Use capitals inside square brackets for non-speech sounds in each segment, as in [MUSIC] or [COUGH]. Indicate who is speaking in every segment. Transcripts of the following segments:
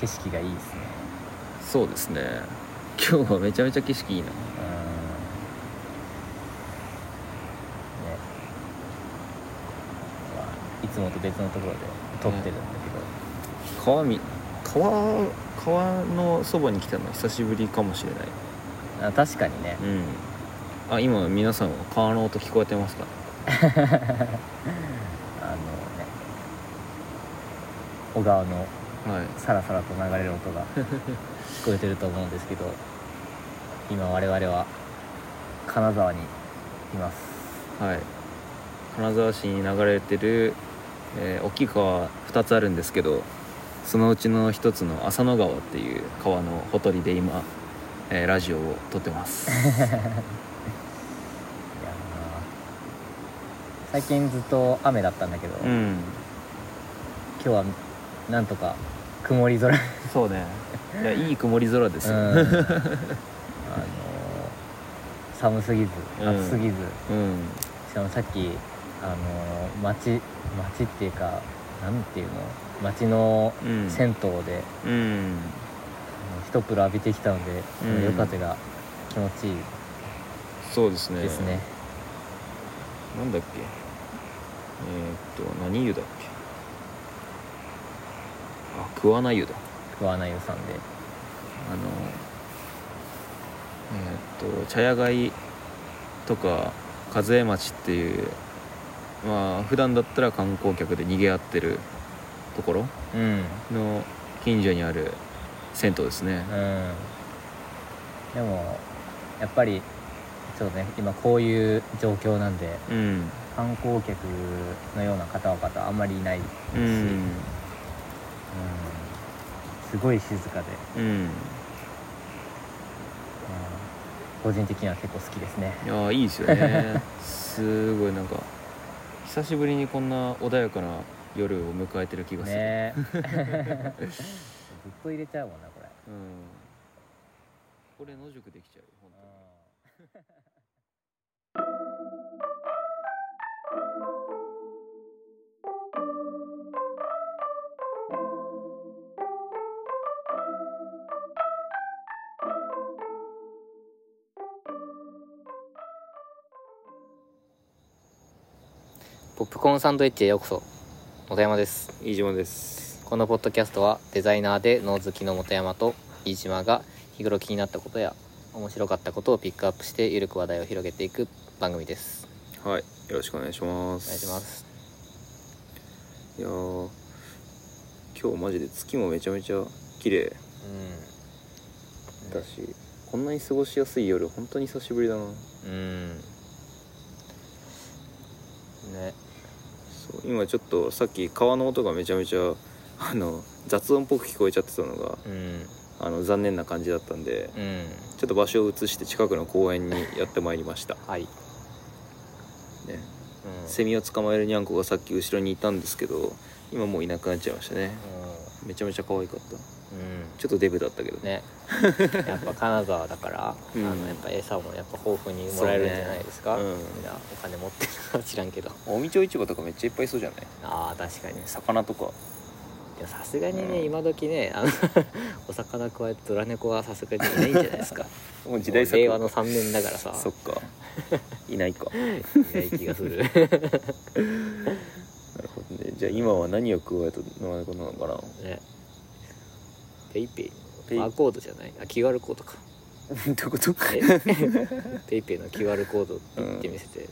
Speaker 1: 景色がいいですね
Speaker 2: そうですね今日はめちゃめちゃ景色いいな
Speaker 1: うんねまあいつもと別のところで撮ってるんだ
Speaker 2: 川見川川のそばに来たの久しぶりかもしれない
Speaker 1: けど、あ確かにね
Speaker 2: うんあ今皆さんは川の音聞こえてますか
Speaker 1: あのね小川の
Speaker 2: はい
Speaker 1: さらさらと流れる音が聞こえてると思うんですけど今我々は金沢にいます
Speaker 2: はい金沢市に流れてる、えー大きい川2つあるんですけどそのうちの1つの浅野川っていう川のほとりで今、えーラジオを撮ってます
Speaker 1: いやー最近ずっと雨だったんだけど、
Speaker 2: [LAUGHS] う
Speaker 1: 今
Speaker 2: ん
Speaker 1: 日はなんとか曇り空
Speaker 2: そうねいやいい曇り空です
Speaker 1: [LAUGHS] う
Speaker 2: よ、
Speaker 1: んあのー寒すぎず
Speaker 2: うん
Speaker 1: 暑すぎず、
Speaker 2: うん、
Speaker 1: しかもさっきあのー町町っていうかなんていうの町の
Speaker 2: うん
Speaker 1: 銭湯で、
Speaker 2: うん
Speaker 1: 一プロ浴びてきたので、
Speaker 2: うん
Speaker 1: 夜風が気持ちいい
Speaker 2: そうですね
Speaker 1: ですね、
Speaker 2: なんだっけえーっと何湯だっけあ桑名湯だ
Speaker 1: 桑名湯さんで
Speaker 2: あのえーっと茶屋街とか和江町っていうまあ普段だったら観光客で逃げ合ってるところ
Speaker 1: うん
Speaker 2: の近所にある銭湯ですね
Speaker 1: うんでもやっぱりちょっとね今こういう状況なんで
Speaker 2: うん
Speaker 1: 観光客のような方々あんまりいないし、
Speaker 2: う
Speaker 1: うん
Speaker 2: ん
Speaker 1: すごい静かで、
Speaker 2: うん
Speaker 1: うん個人的には結構好きですね
Speaker 2: いやーいいですよねすごいなんか久しぶりにこんな穏やかな夜を迎えてる気がする、
Speaker 1: ね [LAUGHS] ずっと入れちゃうもんなこれ。
Speaker 2: うん、これ野宿できちゃうよ本当に。
Speaker 1: ポップコーンサンドイッチへようこそ本山です
Speaker 2: 飯島です
Speaker 1: このポッドキャストはデザイナーで脳好きの本山と飯島が日頃気になったことや面白かったことをピックアップしてゆるく話題を広げていく番組です
Speaker 2: はいよろしくお願いします
Speaker 1: お願いします
Speaker 2: いやー今日マジで月もめちゃめちゃ綺麗
Speaker 1: うん
Speaker 2: だし、こんなに過ごしやすい夜本当に久しぶりだな
Speaker 1: うんね
Speaker 2: そう今ちょっとさっき川の音がめちゃめちゃあの雑音っぽく聞こえちゃってたのが
Speaker 1: うん
Speaker 2: あの残念な感じだったんで
Speaker 1: うん
Speaker 2: ちょっと場所を移して近くの公園にやってまいりました、
Speaker 1: はい、
Speaker 2: ね、
Speaker 1: うん
Speaker 2: セミを捕まえるにゃんこがさっき後ろにいたんですけど今もういなくなっちゃいましたねめちゃめちゃ可愛かった
Speaker 1: うん
Speaker 2: ちょっとデブだったけどね
Speaker 1: [LAUGHS] ねやっぱ金沢だから、
Speaker 2: うん
Speaker 1: あのやっぱ餌もやっぱ豊富にもらえるんじゃないですか、
Speaker 2: そうねうん
Speaker 1: みんなお金持ってるか知らんけど
Speaker 2: 近江町市場とかめっちゃいっぱいいそうじゃない
Speaker 1: ああ確かに
Speaker 2: 魚とか
Speaker 1: でもさすがにね、
Speaker 2: うん
Speaker 1: 今時ねあの [LAUGHS] お魚加えてドラ猫はさすがにいないんじゃないですか
Speaker 2: [LAUGHS] もう時代錯誤
Speaker 1: もう令和の3年だからさ
Speaker 2: そっ [LAUGHS] かいないかな
Speaker 1: な
Speaker 2: い
Speaker 1: い気がす
Speaker 2: [LAUGHS]
Speaker 1: る
Speaker 2: るほどねじゃあ今は何を加えたのがこなの [LAUGHS] かな
Speaker 1: ねペイペイ
Speaker 2: ペイ
Speaker 1: バーコードじゃないあ QR コードか
Speaker 2: どういうこと
Speaker 1: えペイペイの QR コードピッて見せて、
Speaker 2: うん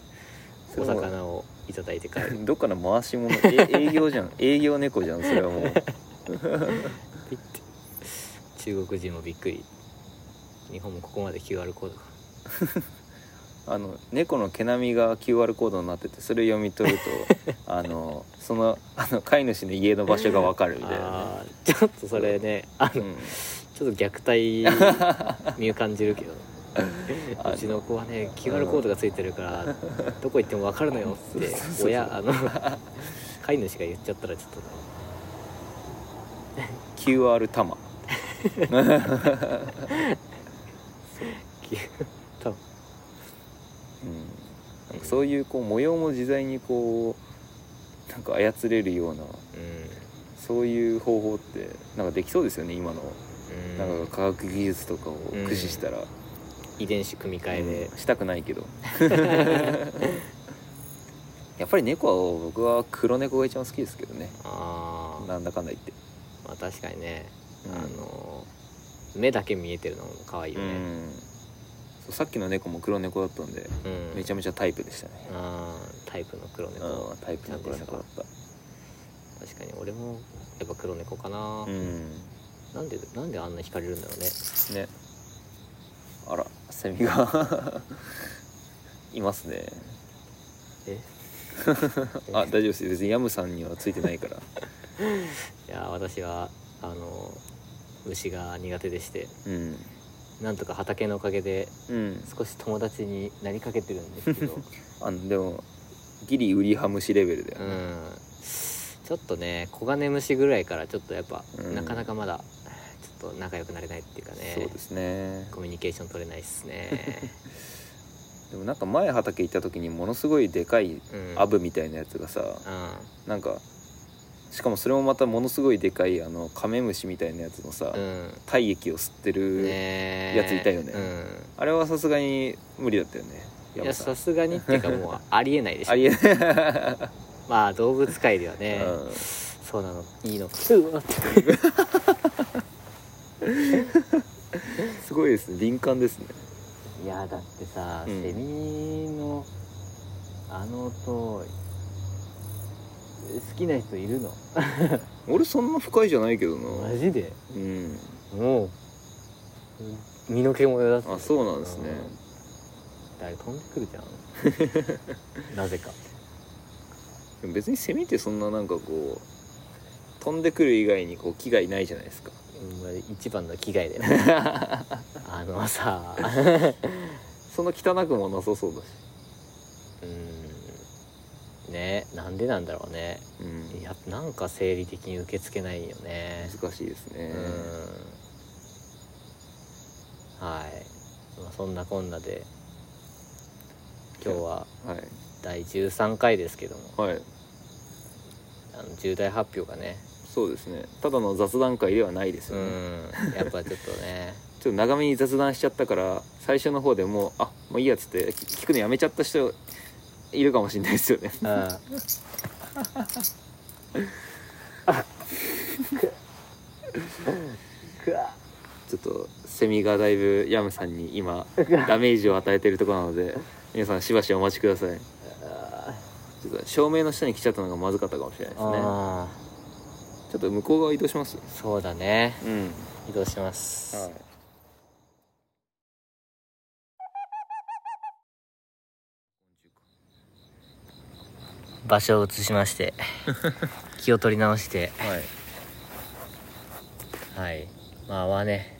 Speaker 1: お魚をいただいて帰る
Speaker 2: [LAUGHS] どっかの回し物え営業じゃん営業猫じゃんそれはもう
Speaker 1: ピッて中国人もびっくり日本もここまで QR コードか
Speaker 2: あの猫の毛並みが QR コードになっててそれを読み取る
Speaker 1: [LAUGHS]
Speaker 2: とあのそのあの飼い主の家の場所がわかるみたいなね
Speaker 1: あーちょっとそれねあの、
Speaker 2: うん
Speaker 1: ちょっと虐待に感じるけど
Speaker 2: [LAUGHS] あの
Speaker 1: うちの子はね QR コードがついてるからどこ行っても分かるのよって親あの [LAUGHS] 飼い主が言っちゃったらちょっとね
Speaker 2: QR 玉
Speaker 1: き多分
Speaker 2: うんなんかそういうこう模様も自在にこうなんか操れるような
Speaker 1: うん
Speaker 2: そういう方法ってなんかできそうですよね今の
Speaker 1: うん
Speaker 2: なんか科学技術とかを駆使したら、
Speaker 1: 遺伝子組み換え
Speaker 2: うんしたくない
Speaker 1: [LAUGHS]
Speaker 2: けどやっぱり猫は僕は黒猫が一番好きですけどね
Speaker 1: で、ああ
Speaker 2: なんだかんだ言って、
Speaker 1: まあ確かにね、
Speaker 2: うん
Speaker 1: あの目だけ見えてるのも可愛いよ
Speaker 2: う
Speaker 1: ね
Speaker 2: んそうさっきの猫も黒猫だったんで、
Speaker 1: うん、
Speaker 2: めちゃめちゃタイプでしたね、
Speaker 1: あータイプの黒
Speaker 2: うん
Speaker 1: 猫
Speaker 2: タイプの黒猫だった
Speaker 1: 確かに俺もやっぱ黒猫かな、
Speaker 2: うん
Speaker 1: なんでなんであんな惹かれるんだろうね
Speaker 2: ねあらセミが [LAUGHS] いますね
Speaker 1: え
Speaker 2: [LAUGHS] あ大丈夫です別にヤムさんにはついてないから
Speaker 1: いや私はあの虫が苦手でして
Speaker 2: うん
Speaker 1: なんとか畑のおかげで
Speaker 2: うん
Speaker 1: 少し友達になりかけてるんですけ
Speaker 2: [LAUGHS]
Speaker 1: ど
Speaker 2: あのでもギリウリハムシレベルだよ
Speaker 1: う
Speaker 2: ね、
Speaker 1: んちょっとねコガネムシぐらいからちょっとやっぱ、
Speaker 2: うん
Speaker 1: なかなかまだちょっと仲良くなれないっていうかね
Speaker 2: そうですね
Speaker 1: コミュニケーション取れないっすね、
Speaker 2: [LAUGHS] でもなんか前畑行った時にものすごいでかい
Speaker 1: うん、
Speaker 2: アブみたいなやつがさ
Speaker 1: うん
Speaker 2: なんかしかもそれもまたものすごいでかいあのカメムシみたいなやつのさ、
Speaker 1: うん
Speaker 2: 体液を吸ってる、
Speaker 1: ねえ
Speaker 2: やついたよね
Speaker 1: う
Speaker 2: あれはさすがに無理だったよね
Speaker 1: ん、い
Speaker 2: ヤ
Speaker 1: や
Speaker 2: ムさ
Speaker 1: さ
Speaker 2: ん
Speaker 1: すがにっていうかもうありえないでしょ
Speaker 2: [LAUGHS] ありえない
Speaker 1: まあ動物界ではね、
Speaker 2: うん
Speaker 1: そうなのいいのうわっ
Speaker 2: すごいですね敏感ですね
Speaker 1: いやだってさ、
Speaker 2: うん
Speaker 1: セミのあの音好きな人いるの
Speaker 2: 俺そんな深いじゃないけどな
Speaker 1: マジで
Speaker 2: うん
Speaker 1: もう身の毛もよだつ
Speaker 2: あそうなんですね
Speaker 1: あれ飛んでくるじゃん [LAUGHS] なぜか
Speaker 2: でも別にセミってそんななんかこう飛んでくる以外にこう危害ないじゃないですか
Speaker 1: うんまあ一番の危害だよ [LAUGHS] あのさ
Speaker 2: そんな汚くもなさそうだし
Speaker 1: うんねなんでなんだろうね
Speaker 2: うん
Speaker 1: いやなんか生理的に受け付けないよね
Speaker 2: 難しいですね
Speaker 1: うんはい、まあ、そんなこんなで今日は
Speaker 2: はい
Speaker 1: 第13回ですけども
Speaker 2: はい
Speaker 1: あの重大発表がね
Speaker 2: そうですねただの雑談会ではないです
Speaker 1: う
Speaker 2: よね、
Speaker 1: んやっぱちょっとね
Speaker 2: ちょっと長めに雑談しちゃったから最初の方でもうあもういいやつって聞くのやめちゃった人いるかもしれないですよね
Speaker 1: うん [LAUGHS] あくくわ
Speaker 2: ちょっとセミがだいぶヤムさんに今ダメージを与えてるところなので皆さんしばしお待ちくださいちょっと照明の下に来ちゃったのがまずかったかもしれないですね
Speaker 1: あ
Speaker 2: ちょっと向こう側移動します
Speaker 1: ーそうだね
Speaker 2: うん
Speaker 1: 移動します、
Speaker 2: はい
Speaker 1: 場所を移しまして [LAUGHS] 気を取り直して
Speaker 2: はい
Speaker 1: はいまあはね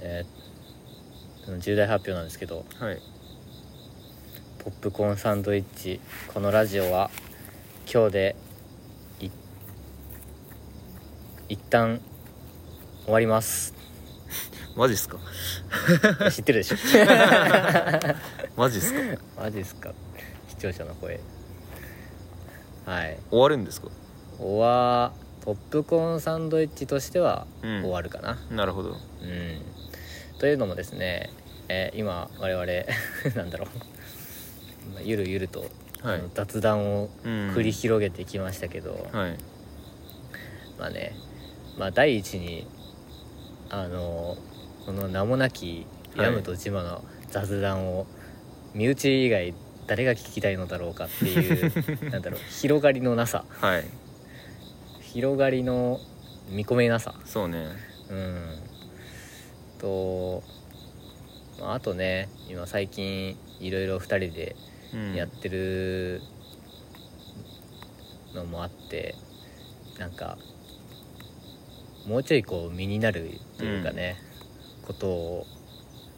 Speaker 1: えーその重大発表なんですけど
Speaker 2: はい
Speaker 1: ポップコーンサンドイッチこのラジオは今日でい一旦終わります [LAUGHS]
Speaker 2: マジっすか
Speaker 1: 知ってるでしょ [LAUGHS]
Speaker 2: マジっすか
Speaker 1: マジですか視聴者の声はい
Speaker 2: 終わるんですか
Speaker 1: おわポップコーンサンドイッチとしては
Speaker 2: うん
Speaker 1: 終わるかな、
Speaker 2: なるほど
Speaker 1: うん、というのもですね、えー今我々 [LAUGHS] なんだろうまあゆるゆると、
Speaker 2: は
Speaker 1: あ
Speaker 2: い
Speaker 1: の雑談を
Speaker 2: うん
Speaker 1: 繰り広げてきましたけど、
Speaker 2: はい
Speaker 1: まあね、まあ、第一にあのこの名もなき
Speaker 2: はい
Speaker 1: ヤムとジマの雑談を身内以外誰が聞きたいのだろうかっていう
Speaker 2: [LAUGHS]
Speaker 1: なんだろう広がりのなさ
Speaker 2: はい
Speaker 1: 広がりの見込めなさ
Speaker 2: そうね
Speaker 1: うんと、まあ、あとね今最近いろいろ2人で
Speaker 2: うん
Speaker 1: やってるのもあって、なんかもうちょいこう身になるというかね、ことを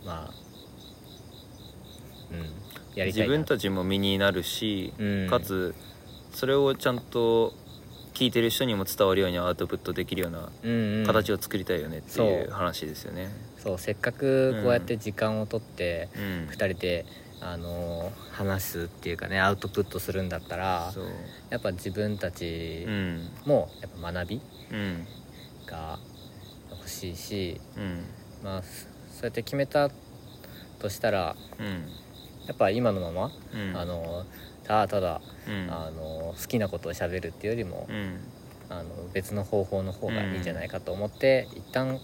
Speaker 1: まあうんやりた
Speaker 2: 自
Speaker 1: いな
Speaker 2: 分たちも身になるし、
Speaker 1: うん
Speaker 2: かつそれをちゃんと聞いてる人にも伝わるようにアウトプットできるような
Speaker 1: うんうん
Speaker 2: 形を作りたいよねってい
Speaker 1: そう
Speaker 2: う話ですよね。
Speaker 1: そうせっかくこうやって時間を取って
Speaker 2: うん
Speaker 1: 2人であの話すっていうかねアウトプットするんだったら
Speaker 2: そう
Speaker 1: やっぱ自分たち
Speaker 2: うん
Speaker 1: もやっぱ学び
Speaker 2: うん
Speaker 1: が欲しいし、
Speaker 2: うん
Speaker 1: まあ、そそうやって決めたとしたら
Speaker 2: うん
Speaker 1: やっぱ今のまま、
Speaker 2: うん
Speaker 1: あのただただ、
Speaker 2: うん
Speaker 1: あの好きなことをしゃべるっていうよりも
Speaker 2: う、ん
Speaker 1: あの別の方法の方がいいんじゃないかと思って、一旦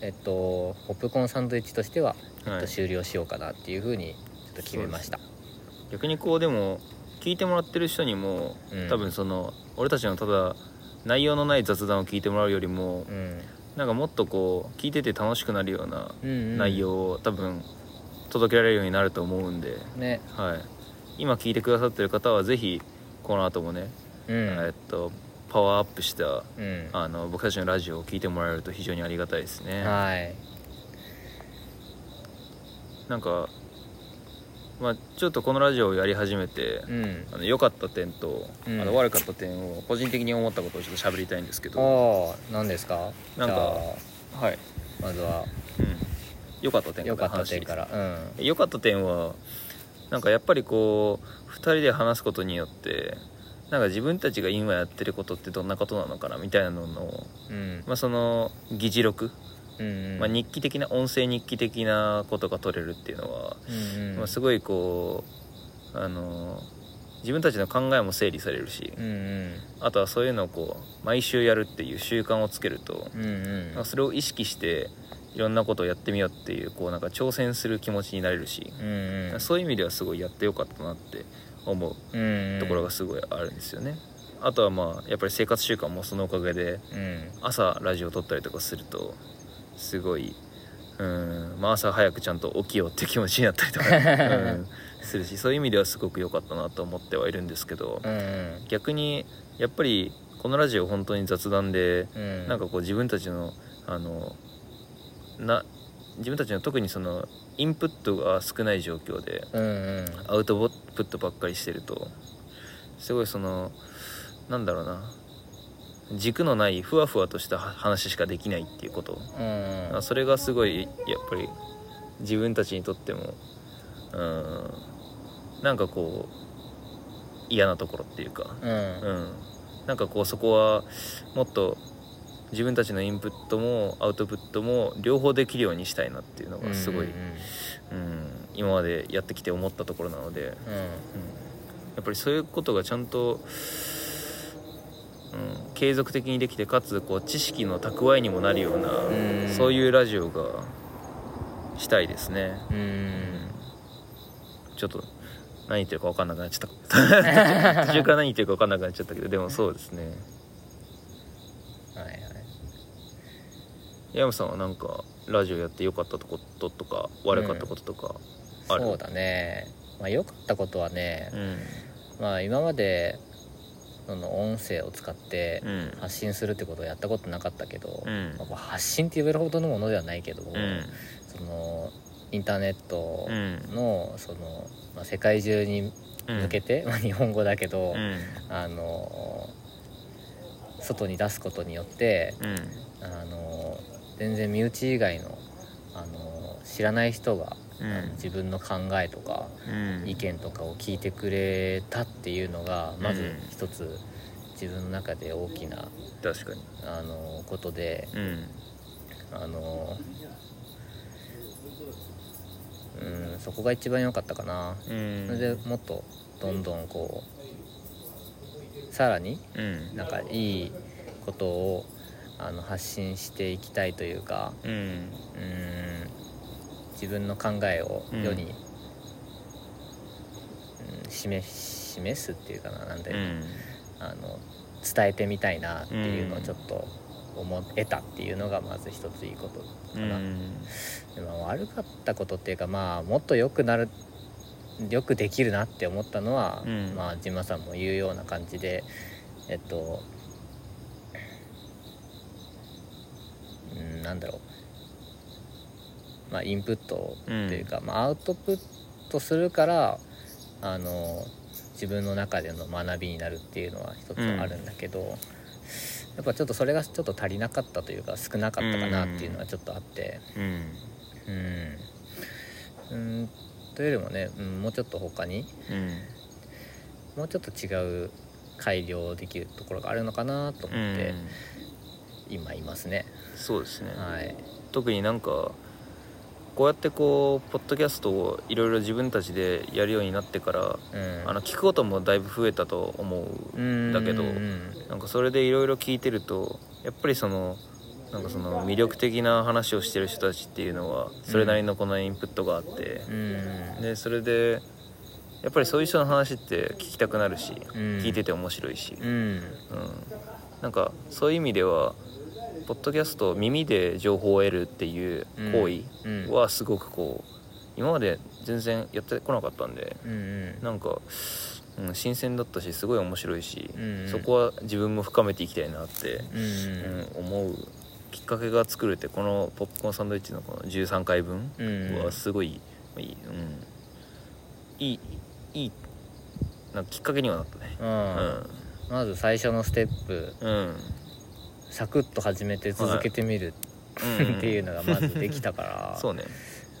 Speaker 1: えっとポップコーンサンドイッチとしては、
Speaker 2: は
Speaker 1: えっ
Speaker 2: い
Speaker 1: と、終了しようかなっていうふうにちょっと決めました。
Speaker 2: 逆にこうでも聞いてもらってる人にも、
Speaker 1: うん
Speaker 2: 多分その俺たちのただ内容のない雑談を聞いてもらうよりも、
Speaker 1: うん
Speaker 2: なんかもっとこう聞いてて楽しくなるような
Speaker 1: うんうん
Speaker 2: 内容を多分届けられるようになると思うんで、
Speaker 1: ね、
Speaker 2: はい、今聞いてくださってる方はぜひこの後もね、
Speaker 1: うん
Speaker 2: えっと、パワーアップした
Speaker 1: うん、
Speaker 2: あの僕たちのラジオを聞いてもらえると非常にありがたいですね。
Speaker 1: はい、
Speaker 2: なんか、まあ、ちょっとこのラジオをやり始めて、
Speaker 1: うん、
Speaker 2: あの良かった点と、
Speaker 1: うん
Speaker 2: あの悪かった点を個人的に思ったことをちょっと喋りたいんですけど、
Speaker 1: ああ何ですか
Speaker 2: なんかはい、
Speaker 1: じゃあまずは
Speaker 2: うん、良かった点
Speaker 1: 良
Speaker 2: か
Speaker 1: からった
Speaker 2: 話して
Speaker 1: 点
Speaker 2: いき
Speaker 1: か
Speaker 2: たい
Speaker 1: らう
Speaker 2: 良かった点はなんかやっぱりこう2人で話すことによってなんか自分たちが今やってることってどんなことなのかなみたいなのの、
Speaker 1: んうん
Speaker 2: まあ、その議事録、
Speaker 1: うんうん
Speaker 2: まあ、日記的な音声日記的なことが取れるっていうのは、
Speaker 1: うんうん
Speaker 2: まあ、すごいこうあの自分たちの考えも整理されるし、
Speaker 1: うんうん
Speaker 2: あとはそういうのをこう毎週やるっていう習慣をつけると、
Speaker 1: うんうん
Speaker 2: なんかそれを意識していろんなことをやってみようっていうこうなんか挑戦する気持ちになれるし、
Speaker 1: うんうん
Speaker 2: そういう意味ではすごいやってよかったなって思う
Speaker 1: うんうん
Speaker 2: ところがすごいあるんですよね、あとはまあやっぱり生活習慣もそのおかげで
Speaker 1: うん
Speaker 2: 朝ラジオ撮ったりとかするとすごいうん、まあ、朝早くちゃんと起きようって気持ちになったりとか、
Speaker 1: [LAUGHS]
Speaker 2: うんするしそういう意味ではすごく良かったなと思ってはいるんですけど、
Speaker 1: うんうん
Speaker 2: 逆にやっぱりこのラジオ本当に雑談で、
Speaker 1: うん
Speaker 2: なんかこう自分たちのあのな自分たちの特にそのインプットが少ない状況で
Speaker 1: うんうん
Speaker 2: アウトプットばっかりしてるとすごいそのなんだろうな軸のないふわふわとしたは話しかできないっていうこと、
Speaker 1: うん
Speaker 2: あそれがすごいやっぱり自分たちにとってもうんなんかこう嫌なところっていうか、
Speaker 1: うん
Speaker 2: うん、なんかこうそこはもっと自分たちのインプットもアウトプットも両方できるようにしたいなっていうのがすごい、
Speaker 1: うん
Speaker 2: うん今までやってきて思ったところなので、うん、やっぱりそういうことがちゃんと、うん、継続的にできてかつこう知識の蓄えにもなるような、
Speaker 1: うんうん
Speaker 2: そ
Speaker 1: う
Speaker 2: ういうラジオがしたいですね、
Speaker 1: んう
Speaker 2: うん
Speaker 1: ん
Speaker 2: ちょっと何言ってるか分かんなくなっちゃった
Speaker 1: [LAUGHS]
Speaker 2: 途中から何言ってるか分かんなくなっちゃったけどでもそうですね
Speaker 1: はいはい
Speaker 2: 山さんはなんかラジオやって良かったとこととか悪かったこととかある、
Speaker 1: そうだねまあ良かったことはね
Speaker 2: うん
Speaker 1: まあ今までその音声を使って
Speaker 2: うん
Speaker 1: 発信するってことをやったことなかったけど、
Speaker 2: うん
Speaker 1: まあこう発信って言えるほどのものではないけど、
Speaker 2: うん
Speaker 1: そのインターネット
Speaker 2: うん
Speaker 1: のその、まあ、世界中に
Speaker 2: うん
Speaker 1: 向けて、まあ、日本語だけど、
Speaker 2: うん
Speaker 1: あの外に出すことによって
Speaker 2: うん
Speaker 1: あの全然身内以外のあの知らない人が、
Speaker 2: うん
Speaker 1: 自分の考えとか
Speaker 2: うん
Speaker 1: 意見とかを聞いてくれたっていうのがま
Speaker 2: う
Speaker 1: ず
Speaker 2: ん
Speaker 1: 一つ自分の中で大きな
Speaker 2: 確かに
Speaker 1: あのことで
Speaker 2: うん
Speaker 1: あのうんそこが一番良かったかな
Speaker 2: うん
Speaker 1: それでもっとどんどんこうさらに
Speaker 2: うん
Speaker 1: なんかいいことをあの発信していきたいというか
Speaker 2: うん
Speaker 1: うん自分の考えを世に、うん示し示すっていうかななんで、
Speaker 2: うん
Speaker 1: あの伝えてみたいなっていうのをちょっと思えたっていうのがまず一ついいこと
Speaker 2: う
Speaker 1: かな、
Speaker 2: ん
Speaker 1: でも悪かったことっていうかまあもっと良くなるよくできるなって思ったのは、
Speaker 2: うん
Speaker 1: まあジマさんも言うような感じでえっとうんなんだろうまあインプットっていうか、まあ、アウトプットするからあの自分の中での学びになるっていうのは一つあるんだけど、やっぱちょっとそれがちょっと足りなかったというか少なかったかなっていうのはちょっとあって。
Speaker 2: うん
Speaker 1: うん、うーんというよりもね、うん、もうちょっと他に
Speaker 2: うん
Speaker 1: もうちょっと違う改良できるところがあるのかなと思って、今いますね、
Speaker 2: そうですね、
Speaker 1: はい
Speaker 2: 特になんかこうやってこうポッドキャストをいろいろ自分たちでやるようになってから、
Speaker 1: うん
Speaker 2: あの聞くこともだいぶ増えたと思う、
Speaker 1: うん
Speaker 2: だけど
Speaker 1: うん
Speaker 2: なんかそれでいろいろ聞いてるとやっぱりそのなんかその魅力的な話をしてる人たちっていうのはそれなりのこのインプットがあって、
Speaker 1: うん
Speaker 2: でそれでやっぱりそういう人の話って聞きたくなるし、
Speaker 1: ん
Speaker 2: 聞いてて面白いし、
Speaker 1: うん
Speaker 2: うん、なんかそういう意味ではポッドキャスト耳で情報を得るっていう行為
Speaker 1: うん
Speaker 2: はすごくこう今まで全然やってこなかったんで
Speaker 1: うんうん
Speaker 2: なんか、うん、新鮮だったしすごい面白いし、
Speaker 1: うん
Speaker 2: そこは自分も深めていきたいなって、
Speaker 1: うん
Speaker 2: うん思うきっかけが作れてこの「ポップコーンサンドイッチ」のこの13回分
Speaker 1: うん
Speaker 2: はすごい、いい、うん、いいいいなんかきっかけにはなったね。
Speaker 1: うんまず最初のステップ
Speaker 2: うん、うん
Speaker 1: サクッと始めて続けてみる [LAUGHS] っていうのがまずできたから、
Speaker 2: [LAUGHS] そうね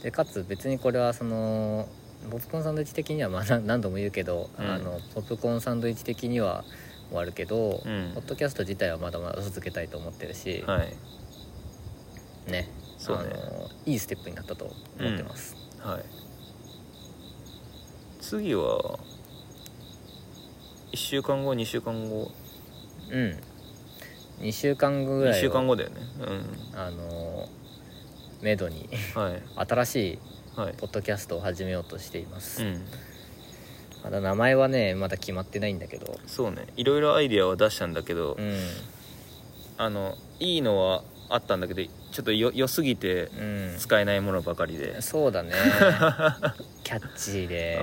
Speaker 1: でかつ別にこれはそのポップコーンサンドイッチ的にはまあな [LAUGHS] 何度も言うけど、
Speaker 2: うん
Speaker 1: あのポップコーンサンドイッチ的には終わるけど、
Speaker 2: うん
Speaker 1: ポッドキャスト自体はまだまだ続けたいと思ってるし、
Speaker 2: はい
Speaker 1: ね
Speaker 2: そうね
Speaker 1: あのいいステップになったと思ってます、
Speaker 2: はい次は1週間後2週間後
Speaker 1: うん2週間後ぐ
Speaker 2: 2
Speaker 1: らいを
Speaker 2: 週間後だよね
Speaker 1: あのめどに
Speaker 2: うんはい
Speaker 1: 新しい
Speaker 2: はい
Speaker 1: ポッドキャストを始めようとしています、
Speaker 2: うん
Speaker 1: まだ名前はねまだ決まってないんだけど
Speaker 2: そうねいろいろアイディアは出したんだけど、
Speaker 1: うん
Speaker 2: あのいいのはあったんだけどちょっとよ良すぎて
Speaker 1: うん
Speaker 2: 使えないものばかりで、
Speaker 1: そう
Speaker 2: [LAUGHS]
Speaker 1: だねキャッチーで、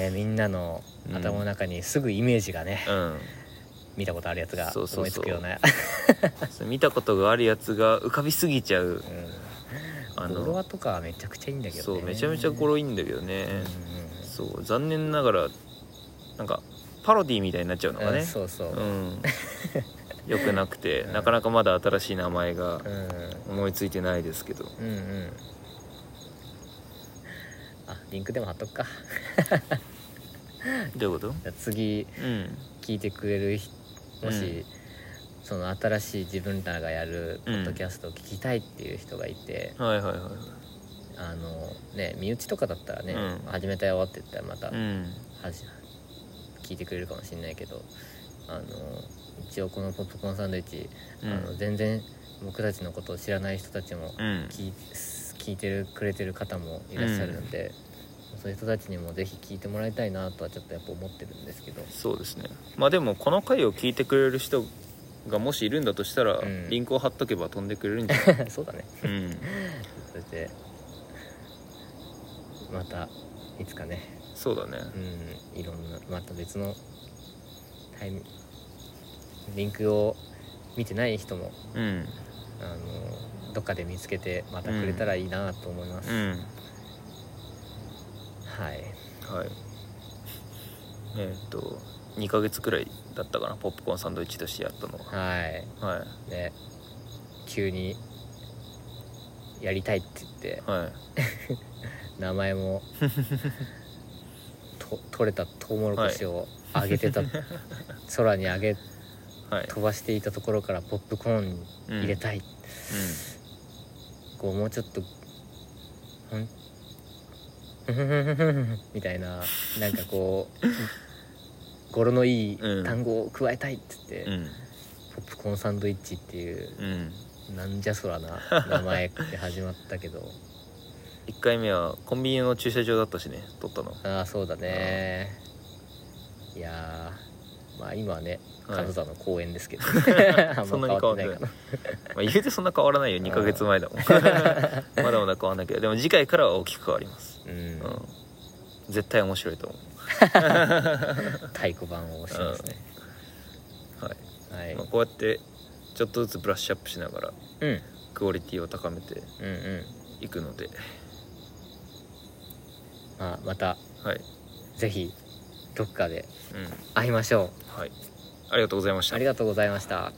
Speaker 1: ねみんなの頭の中にすぐイメージがね、
Speaker 2: うん、うん
Speaker 1: 見たことあるやつが
Speaker 2: そうそ
Speaker 1: 思
Speaker 2: うそう
Speaker 1: いつくような
Speaker 2: そう見たことがあるやつが浮かびすぎちゃうあ
Speaker 1: うん
Speaker 2: の
Speaker 1: 語呂はとかはめちゃくちゃいいんだけど
Speaker 2: そ
Speaker 1: ね
Speaker 2: うめちゃめちゃ語呂いいんだけどね、
Speaker 1: うん
Speaker 2: そう残念ながらなんかパロディみたいになっちゃうの
Speaker 1: うんう
Speaker 2: が
Speaker 1: ん
Speaker 2: ね、
Speaker 1: そうそう、
Speaker 2: う
Speaker 1: うん
Speaker 2: ん、よくなくて、なかなかまだ新しい名前が思いついてないですけど
Speaker 1: うんうんあリンクでも貼っとくか
Speaker 2: どういうこと
Speaker 1: じゃあ次
Speaker 2: うん
Speaker 1: 聞いてくれる人もし、
Speaker 2: うん
Speaker 1: その新しい自分らがやるポ
Speaker 2: うん
Speaker 1: ッドキャストを聞きたいっていう人がいて、
Speaker 2: はいはいはい
Speaker 1: あのね身内とかだったらね、
Speaker 2: うん
Speaker 1: 始めたよって言ったらまた
Speaker 2: うん
Speaker 1: はじ聞いてくれるかもしれないけどあの一応この「ポップコーンサンドイッチ」
Speaker 2: うん
Speaker 1: あの全然僕たちのことを知らない人たちも
Speaker 2: うん
Speaker 1: 聞い聞いてるくれてる方もいらっしゃるので、そういう人たちにもぜひ聞いてもらいたいなとはちょっとやっぱ思ってるんですけど [LAUGHS]
Speaker 2: そうですねまあでもこの回を聞いてくれる人がもしいるんだとしたら、
Speaker 1: うん
Speaker 2: リンクを貼っとけば飛んでくれるんじゃない
Speaker 1: [LAUGHS] そうだね
Speaker 2: うん
Speaker 1: そしてまたいつかね
Speaker 2: そうだね
Speaker 1: うんいろんなまた別のタイミングリンクを見てない人も
Speaker 2: うん
Speaker 1: あのどっかで見つけてまたくれたらいいなと思います、
Speaker 2: うん
Speaker 1: はい
Speaker 2: はいえっ、と2ヶ月くらいだったかなポップコーンサンドイッチとしてやったのは
Speaker 1: は
Speaker 2: はい
Speaker 1: ね急にやりたいって言って
Speaker 2: いはい
Speaker 1: 名前もと取れたトウモロコシを上げてた、空に上げ
Speaker 2: はい
Speaker 1: 飛ばしていたところからポップコーン入れたい、こうもうちょっとほん [LAUGHS] みたいななんかこう語呂のいい
Speaker 2: うん
Speaker 1: 単語を加えたいっつって、
Speaker 2: うんうん
Speaker 1: ポップコーンサンドイッチっていう
Speaker 2: うん
Speaker 1: なんじゃそらな名前で始まったけど
Speaker 2: 1回目はコンビニの駐車場だったしね撮ったの
Speaker 1: ああそうだねいやーまあ今はね
Speaker 2: はい
Speaker 1: 金沢の公園
Speaker 2: [LAUGHS]
Speaker 1: ですけど、あん
Speaker 2: そんな
Speaker 1: ま変わ
Speaker 2: に変わ
Speaker 1: っ
Speaker 2: んな
Speaker 1: て
Speaker 2: い
Speaker 1: ないかな
Speaker 2: まあ、言うてそんな変わらないよ2ヶ月前だもん [LAUGHS] まだまだ変わんないけどでも次回からは大きく変わります、
Speaker 1: うん
Speaker 2: うん、絶対面白いと思
Speaker 1: 太鼓判を押してますね、
Speaker 2: う、はい
Speaker 1: はい、
Speaker 2: まあ、こうやってちょっとずつブラッシュアップしながら
Speaker 1: うん、うん
Speaker 2: クオリティを高めて
Speaker 1: うん
Speaker 2: いくので、
Speaker 1: まあまた
Speaker 2: はい
Speaker 1: ぜひどっかで
Speaker 2: うん
Speaker 1: 会いましょ
Speaker 2: はい、ありがとうございまし
Speaker 1: う
Speaker 2: た
Speaker 1: ありがとうございました